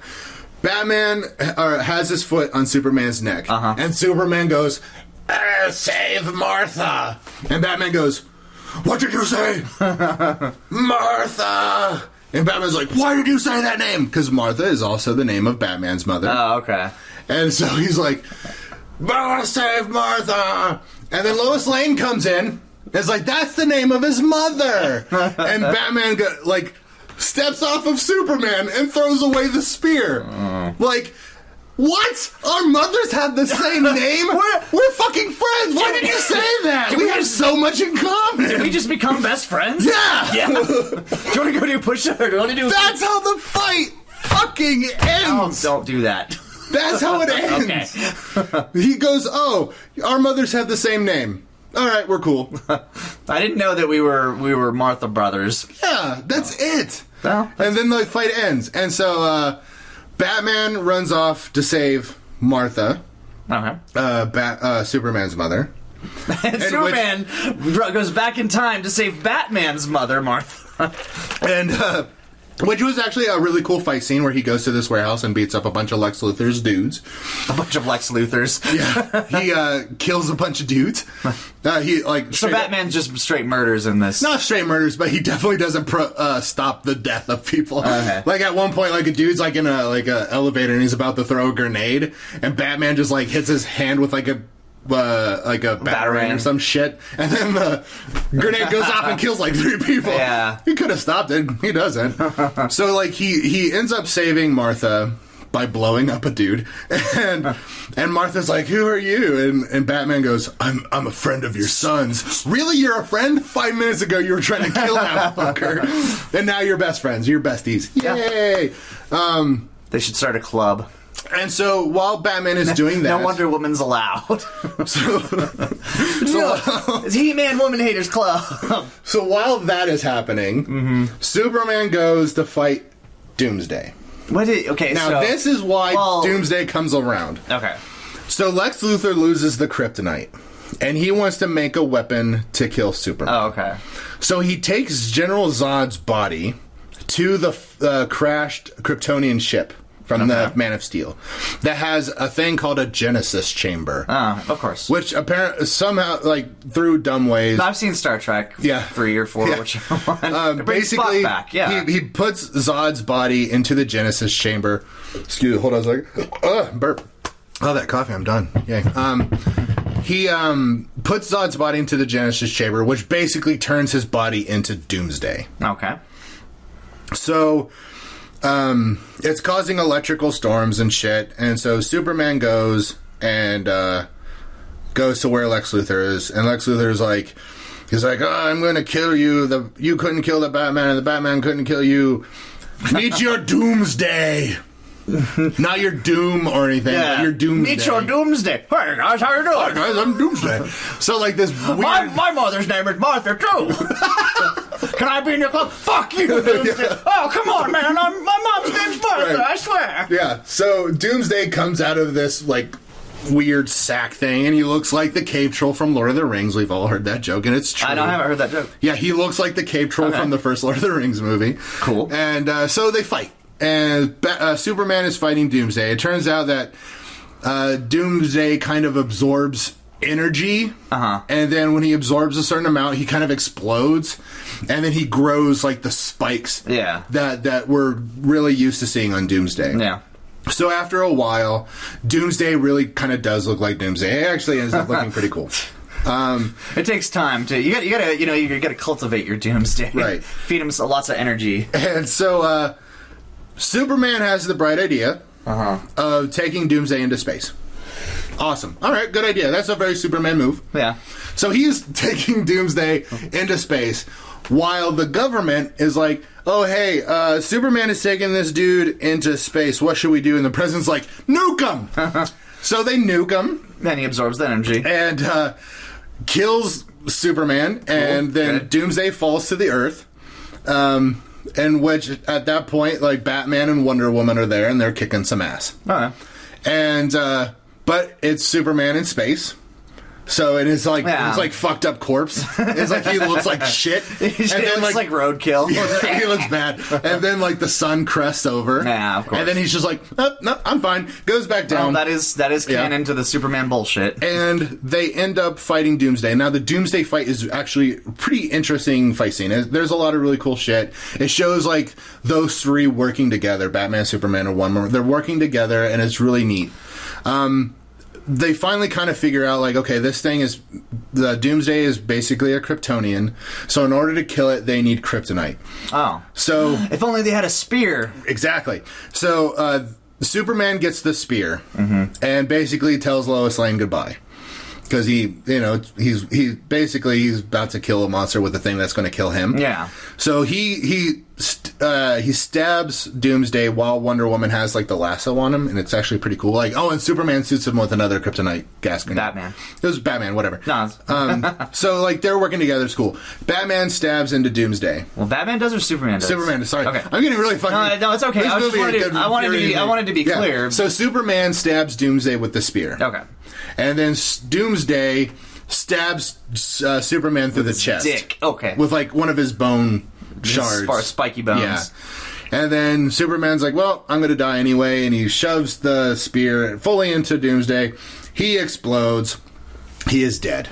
A: Batman uh, has his foot on Superman's neck,
B: Uh-huh.
A: and Superman goes, "Eh, "Save Martha," and Batman goes, "What did you say, Martha?" And Batman's like, "Why did you say that name?" Because Martha is also the name of Batman's mother,
B: Oh, okay.
A: and so he's like, "Martha, save Martha!" And then Lois Lane comes in. It's like that's the name of his mother, and Batman go, like steps off of Superman and throws away the spear.
B: Oh.
A: Like, what? Our mothers have the same name. we're, we're fucking friends. Why did you say that? We have so much in
B: Did we
A: common.
B: just become best friends?
A: Yeah.
B: Yeah. do you want to go do a push-up or do you want to do?
A: That's how the fight fucking
B: Oh,
A: ends.
B: don't do that.
A: That's how it ends.
B: Okay.
A: He goes, "Oh, our mothers have the same name. All right, we're cool."
B: I didn't know that we were we were Martha brothers.
A: yeah, that's it.
B: Well,
A: and then the fight ends, and so uh, Batman runs off to save Martha,
B: Okay.
A: uh, Bat- uh, Superman's mother.
B: And Superman dro- goes back in time to save Batman's mother, Martha.
A: and uh, which was actually a really cool fight scene where he goes to this warehouse and beats up a bunch of Lex Luthor's dudes.
B: a bunch of Lex Luthers.
A: Yeah, he uh, kills a bunch of dudes. Uh, he like
B: So Batman just straight murders in this.
A: not straight murders, but he definitely doesn't pro- uh, stop the death of people.
B: Okay.
A: Like at one point, like a dude's like in a like a elevator and he's about to throw a grenade, and Batman just like hits his hand with like a. Uh, like a battering or
B: Batarang.
A: some shit, and then the grenade goes off and kills like three people.
B: Yeah.
A: he could have stopped it. He doesn't. so like he he ends up saving Martha, by blowing up a dude. And and Martha's like, "Who are you?" And and Batman goes, "I'm I'm a friend of your son's." Really, you're a friend? Five minutes ago, you were trying to kill that fucker, and now you're best friends. You're besties.
B: Yeah.
A: Yay! Um,
B: They should start a club.
A: and so while Batman is doing that,
B: No Wonder Woman's allowed.
A: So,
B: it's He Man Woman Haters Club.
A: so while that is happening,
B: Mm-hmm.
A: Superman goes to fight Doomsday.
B: what did, okay,
A: Now
B: so,
A: this is why
B: well-
A: Doomsday comes around.
B: Okay.
A: So Lex Luthor loses the kryptonite, and he wants to make a weapon to kill Superman.
B: Oh, okay.
A: So he takes General Zod's body to the uh, crashed Kryptonian ship from the Man of Steel that has a thing called a Genesis chamber,
B: Uh, of course.
A: which apparently somehow, like through dumb ways,
B: I've seen Star Trek
A: Yeah.
B: three or four,
A: Yeah.
B: whichever one.
A: Um,
B: It brings Spock
A: basically,
B: back. Yeah.
A: he, he puts Zod's body into the Genesis chamber. Excuse me, hold on a second. Ugh, burp. Oh, that coffee, I'm done. Yay. Um, he um, puts Zod's body into the Genesis chamber, which basically turns his body into Doomsday.
B: okay.
A: So um, it's causing electrical storms and shit. And so Superman goes and uh, goes to where Lex Luthor is, and Lex Luthor is like, he's like, oh, I'm going to kill you. The you couldn't kill the Batman, and the Batman couldn't kill you. Meet your doomsday. Not your doom or anything. but your doomsday.
B: It's your doomsday. Hey guys, how you doing?
A: Guys, I'm doomsday. So like this weird.
B: My, my mother's name is Martha too. Can I be in your club? Fuck you, Doomsday. Oh come on, man. I'm, my mom's name's Martha.
A: Right.
B: I swear.
A: Yeah. So Doomsday comes out of this like weird sack thing, and he looks like the cave troll from Lord of the Rings. We've all heard that joke, and it's true.
B: I, know, I haven't heard that joke.
A: Yeah, he looks like the cave troll
B: Okay.
A: from the first Lord of the Rings movie.
B: Cool.
A: And uh, so they fight, and Ba- uh, Superman is fighting Doomsday. It turns out that uh, Doomsday kind of absorbs energy,
B: Uh-huh.
A: and then when he absorbs a certain amount, he kind of explodes, and then he grows like the spikes
B: Yeah.
A: that that we're really used to seeing on Doomsday.
B: Yeah.
A: So after a while, Doomsday really kind of does look like Doomsday. It actually ends up looking pretty cool. Um,
B: It takes time to you got you gotta you know you gotta cultivate your doomsday.
A: Right.
B: Feed him some- lots of energy.
A: and so uh, Superman has the bright idea
B: Uh huh.
A: of taking Doomsday into space. Awesome. All right, good idea. That's a very Superman move.
B: Yeah.
A: So he's taking Doomsday into space while the government is like, oh, hey, uh, Superman is taking this dude into space. What should we do? And the president's like, nuke him! so they nuke him.
B: Then he absorbs that energy.
A: and uh, kills Superman, and then
B: good.
A: Doomsday falls to the earth. Um, and which at that point, like Batman and Wonder Woman are there, and they're kicking some ass.
B: Okay.
A: And uh, but it's Superman in space. So it is like
B: Yeah.
A: it's like fucked up corpse. It's like he looks like shit, and
B: it looks like, roadkill.
A: he looks bad. And then like the sun crests over.
B: Nah, of course.
A: And then he's just like, oh, no, I'm fine. Goes back
B: Well,
A: down.
B: Um, that is that is
A: Yeah.
B: canon to the Superman bullshit.
A: and they end up fighting Doomsday. Now, the Doomsday fight is actually a pretty interesting fight scene. It- There's a lot of really cool shit. It shows like those three working together: Batman, Superman, and Wonder. Woman. They're working together, and it's really neat. Um, they finally kind of figure out like, okay, this thing is the Doomsday is basically a Kryptonian. So in order to kill it, they need kryptonite.
B: Oh.
A: So
B: If only they had a spear.
A: Exactly. So uh, Superman gets the spear and basically tells Lois Lane goodbye because he, you know, he's he basically he's about to kill a monster with the thing that's going to kill him.
B: Yeah.
A: So he he st- uh, he stabs Doomsday while Wonder Woman has like the lasso on him, and it's actually pretty cool. Like, oh, and Superman suits him with another kryptonite gas grenade.
B: Batman.
A: It was Batman. Whatever.
B: No, it's-
A: Um, so like they're working together. It's cool. Batman stabs into Doomsday.
B: Well, Batman does or Superman does?
A: Superman. Sorry,
B: Okay.
A: I'm getting really fucking.
B: No, no, it's okay. I was just
A: movie
B: wanted to-
A: could
B: I wanted to be-
A: infuriate
B: I
A: me.
B: wanted to be clear.
A: So Superman stabs Doomsday with the spear.
B: Okay.
A: and then S- Doomsday stabs uh, Superman through the chest.
B: dick. Okay.
A: with like one of his bone shards,
B: spar- spiky bones.
A: Yeah. And then Superman's like, "Well, I'm gonna die anyway," and he shoves the spear fully into Doomsday. He explodes. He is dead.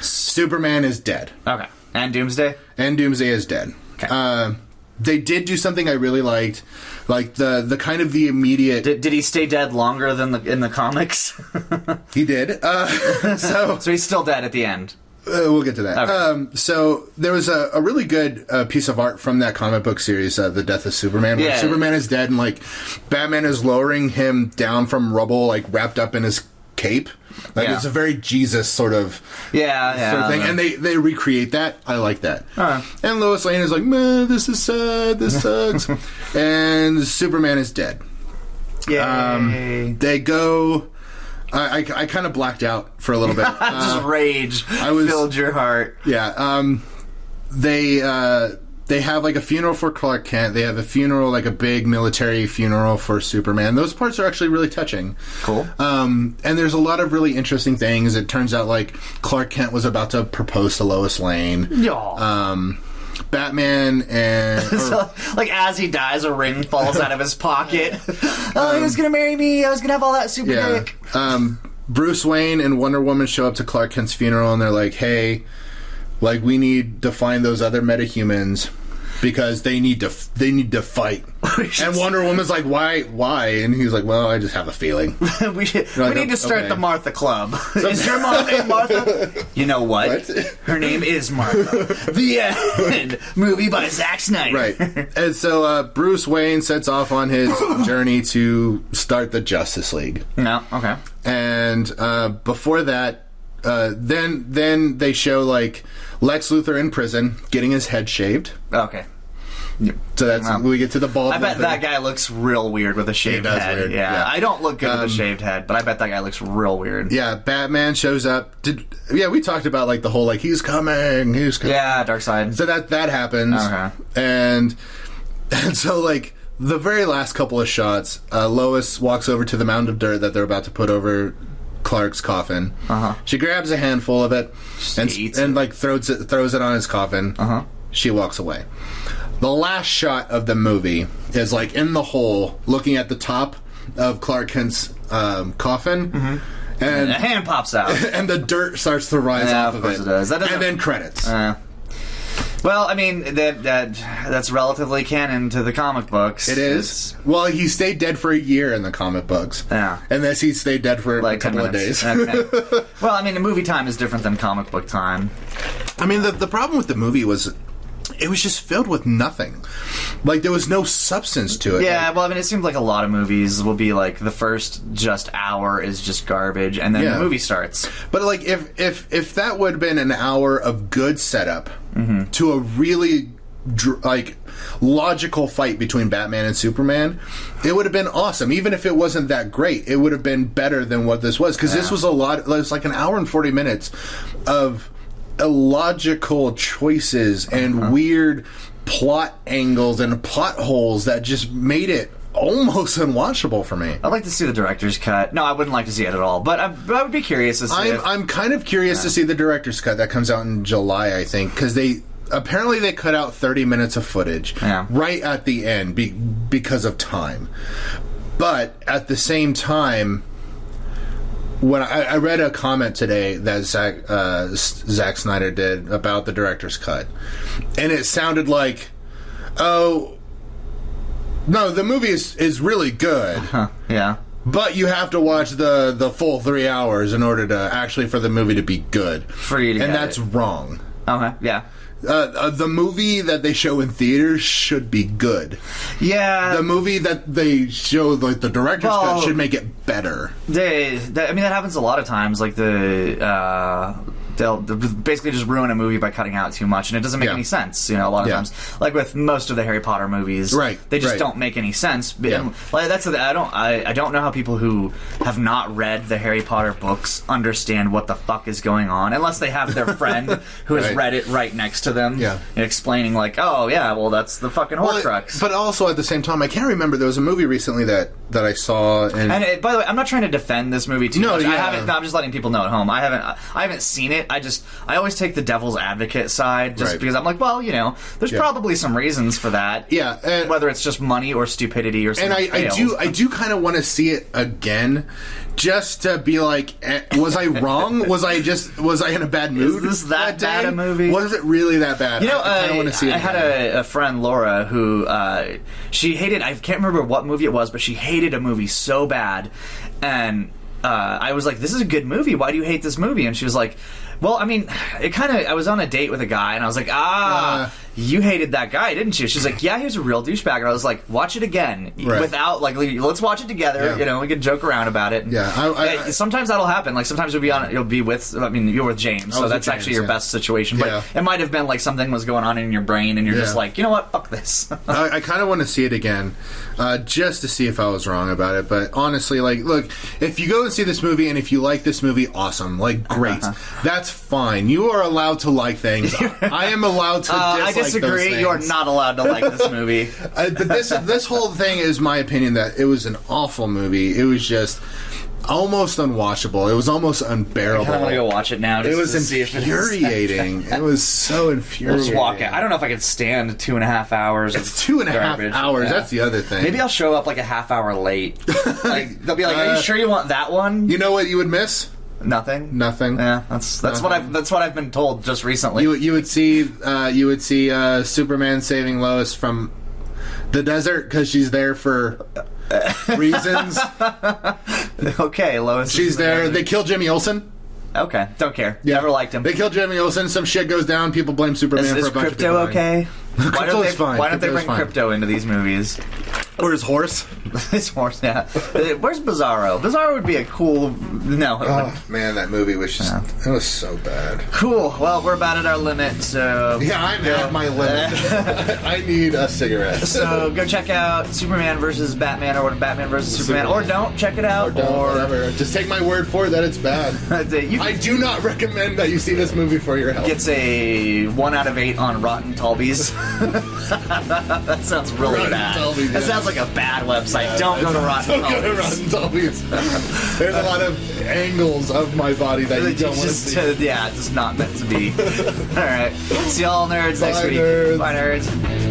A: Superman is dead
B: Okay. And Doomsday.
A: and Doomsday is dead.
B: Okay.
A: Uh, they did do something I really liked, like the the kind of the immediate.
B: Did, did he stay dead longer than the in the comics?
A: he did. Uh, so
B: so he's still dead at the end.
A: Uh, we'll get to that.
B: Okay.
A: Um, so there was a, a really good uh, piece of art from that comic book series, uh, "The Death of Superman," where
B: Yeah.
A: Superman is dead and like Batman is lowering him down from rubble, like wrapped up in his cape. Like
B: Yeah.
A: it's a very Jesus sort of
B: Yeah, yeah.
A: sort of thing, and they they recreate that. I like that.
B: Alright.
A: And Lois Lane is like, "Man, this is sad. This sucks." and Superman is dead.
B: Yay.
A: Um, they go. I, I, I kind of blacked out for a little bit. Uh,
B: Just rage I
A: was-
B: filled your heart.
A: yeah. Um, they uh, they have like a funeral for Clark Kent. They have a funeral, like a big military funeral for Superman. Those parts are actually really touching.
B: Cool.
A: Um, and there's a lot of really interesting things. It turns out like Clark Kent was about to propose to Lois Lane.
B: Y'all.
A: Um, Batman and or-
B: So, like as he dies, a ring falls out of his pocket. oh, he was gonna marry me. I was gonna have all that super
A: Um, yeah.
B: dick.
A: Um, Bruce Wayne and Wonder Woman show up to Clark Kent's funeral and they're like, "Hey, like we need to find those other metahumans." Because they need to, f- they need to fight. And Wonder Woman's like, why, why? And he's like, well, I just have a feeling.
B: we should-
A: You're
B: we
A: like,
B: need to start
A: okay.
B: the Martha Club. is your mom named Martha? You know what?
A: What?
B: Her name is Martha. the end. Movie by Zack Snyder.
A: right. And so uh, Bruce Wayne sets off on his journey to start the Justice League.
B: No. Okay.
A: and uh, before that, uh, then then they show like Lex Luthor in prison getting his head shaved.
B: Okay.
A: So that's
B: Wow.
A: we get to the bald.
B: I bet
A: Luthor.
B: that guy looks real weird with a shaved
A: does
B: head.
A: weird,
B: Yeah.
A: yeah. Um,
B: I don't look good with a shaved head, but I bet that guy looks real weird.
A: Yeah, Batman shows up. Did yeah? We talked about like the whole like he's coming, he's coming.
B: Yeah, Dark Side.
A: So that that happens,
B: Okay.
A: and and so like the very last couple of shots, uh, Lois walks over to the mound of dirt that they're about to put over Clark's coffin.
B: Uh-huh.
A: She grabs a handful of it and
B: eats
A: and like throws it throws it on his coffin.
B: Uh-huh.
A: She walks away. The last shot of the movie is like in the hole, looking at the top of Clark Kent's um, coffin, and
B: A hand pops out.
A: and the dirt starts to rise
B: Mm-hmm. Yeah,
A: off
B: of
A: of,
B: course
A: it.
B: it does. That doesn't-
A: and then credits.
B: Uh, well, I mean that that that's relatively canon to the comic books.
A: It is. Well, he stayed dead for a year in the comic books.
B: Yeah.
A: Unless he stayed dead for
B: like
A: a
B: 10
A: couple of
B: minutes.
A: days.
B: Okay. well, I mean, the movie time is different than comic book time.
A: I mean, the, the problem with the movie was it was just filled with nothing. Like, there was no substance to it.
B: Yeah,
A: Like,
B: well, I mean, it seems like a lot of movies will be like the first just hour is just garbage, and then
A: Yeah.
B: the movie starts.
A: but, like, if, if, if that would have been an hour of good setup to a really, dr- like, logical fight between Batman and Superman, it would have been awesome. Even if it wasn't that great, it would have been better than what this was. Because this was a lot, it was like an hour and 40 minutes of illogical choices and weird plot angles and plot holes that just made it almost unwatchable for me.
B: I'd like to see the director's cut. No, I wouldn't like to see it at all, but I, but I would be curious to see.
A: I'm,
B: if-
A: I'm kind of curious to see the director's cut that comes out in July, I think, because they apparently they cut out 30 minutes of footage
B: Yeah.
A: right at the end be, because of time. But at the same time, when I, I read a comment today that Zack, uh, S- Zack Snyder did about the director's cut, and it sounded like, oh. No, the movie is, is really good.
B: huh, yeah.
A: But you have to watch the the full three hours in order to actually for the movie to be good.
B: For you to get
A: and that's
B: it.
A: wrong.
B: okay, yeah,
A: Uh, uh, the movie that they show in theaters should be good.
B: yeah.
A: The movie that they show like the director's
B: Well-
A: cut should make it better.
B: They, that, I mean, that happens a lot of times. Like the, uh, they'll, they'll basically just ruin a movie by cutting out too much, and it doesn't make
A: Yeah.
B: any sense. You know, a lot of
A: Yeah.
B: times, like with most of the Harry Potter movies,
A: Right,
B: They just
A: right.
B: don't make any sense. But-
A: Yeah.
B: and, Like that's the, I don't I, I don't know how people who have not read the Harry Potter books understand what the fuck is going on unless they have their friend who has
A: Right.
B: read it right next to them,
A: Yeah.
B: and explaining like, oh yeah, well that's the fucking Horcrux.
A: But also at the same time, I can't remember there was a movie recently that that I saw and,
B: And it, by the way, I'm not trying to defend this movie too
A: No,
B: much. I
A: yeah.
B: haven't. No, I'm just letting people know at home. I haven't. I haven't seen it. I just. I always take the devil's advocate side, just
A: Right.
B: because I'm like, well, you know, there's
A: Yeah.
B: probably some reasons for that.
A: yeah, and,
B: Whether it's just money or stupidity or something.
A: and I, I
B: fails.
A: do I do kind of want to see it again, just to be like, eh, was I wrong? was I just was I in a bad mood?
B: this that
A: day?
B: bad a movie?
A: Was it really that bad?
B: You know,
A: I, kind of
B: I,
A: want to see it.
B: I had
A: again.
B: a, a friend, Laura, who uh, she hated. I can't remember what movie it was, but she hated a movie so bad. And uh, I was like, "This is a good movie. Why do you hate this movie?" And she was like, Well, I mean, it kind of. I was on a date with a guy, and I was like, "Ah,
A: Uh.
B: you hated that guy, didn't you?" She's like, "Yeah, he was a real douchebag." And I was like, "Watch it again,
A: Right.
B: without like, let's watch it together.
A: Yeah.
B: You know, we can joke around about it."
A: Yeah, I- I-
B: Yeah, sometimes that'll happen. Like sometimes you'll be on, you'll be with. I mean, you're with James,
A: was
B: so
A: with
B: that's actually
A: James,
B: your
A: yeah.
B: best situation. But
A: Yeah.
B: it might have been like something was going on in your brain, and you're just
A: Yeah.
B: like, you know what, fuck this. Uh,
A: I, I kind of want to see it again, uh, just to see if I was wrong about it. But honestly, like, look, if you go and see this movie and if you like this movie, awesome, like, great,
B: Uh-huh.
A: that's fine. You are allowed to like things. I am allowed to.
B: Uh, I
A: dislike those
B: disagree. You are
A: things.
B: not allowed to like this movie.
A: I, Uh, but this this whole thing is my opinion that it was an awful movie. It was just almost unwatchable. It was almost
B: I kind of want to go
A: unbearable.
B: watch it now. Just
A: It was
B: to see if it's-
A: infuriating. it was so
B: We'll
A: infuriating.
B: just walk out. I don't know if I could stand two and a half hours.
A: It's two and a half hours.
B: Yeah.
A: That's the other thing.
B: Maybe I'll show up like a half hour late. like they'll be like, "Are you
A: Uh,
B: sure you want that one?"
A: you know what you would miss?
B: Nothing.
A: Nothing.
B: Yeah, that's that's what I've that's what I've been told just recently.
A: Uh-huh. You you would see uh, you would see uh, Superman saving Lois from the desert because she's there for reasons.
B: okay, Lois. is
A: she's
B: in the
A: there.
B: desert.
A: They kill Jimmy Olsen.
B: okay, don't care. Never liked him.
A: They kill Jimmy Olsen. Some shit goes down. People blame Superman
B: Is,
A: for
B: is
A: a bunch
B: crypto
A: of people.
B: okay? why don't
A: Crypto's
B: they,
A: fine.
B: Why don't they
A: Crypto's
B: bring
A: fine.
B: crypto into these movies?
A: Or his horse.
B: this horse, yeah. Uh, Where's Bizarro? Bizarro would be a cool. No, it
A: Oh.
B: wouldn't.
A: man, that movie was just it was so bad.
B: cool. Well, we're about at our limit, so Uh,
A: Yeah, I'm at my limit. I need a cigarette.
B: So go check out Superman versus Batman or Batman versus Superman, or don't check it out. Or,
A: Don't, whatever. Just take my word for it that it's bad.
B: you
A: I do not recommend that you see this movie for your health.
B: gets a one out of eight on Rotten Talbies. that sounds really
A: Rotten
B: bad.
A: Talbies,
B: that
A: yeah.
B: sounds like a bad website. don't go to Rotten
A: Don't go to
B: Talbies.
A: Rotten Tomatoes. There's a lot of angles of my body that you
B: It's
A: don't want to
B: just,
A: see.
B: uh, yeah, it's just not meant to be. all right, see y'all nerds next
A: Bye,
B: week.
A: nerds.
B: Bye nerds.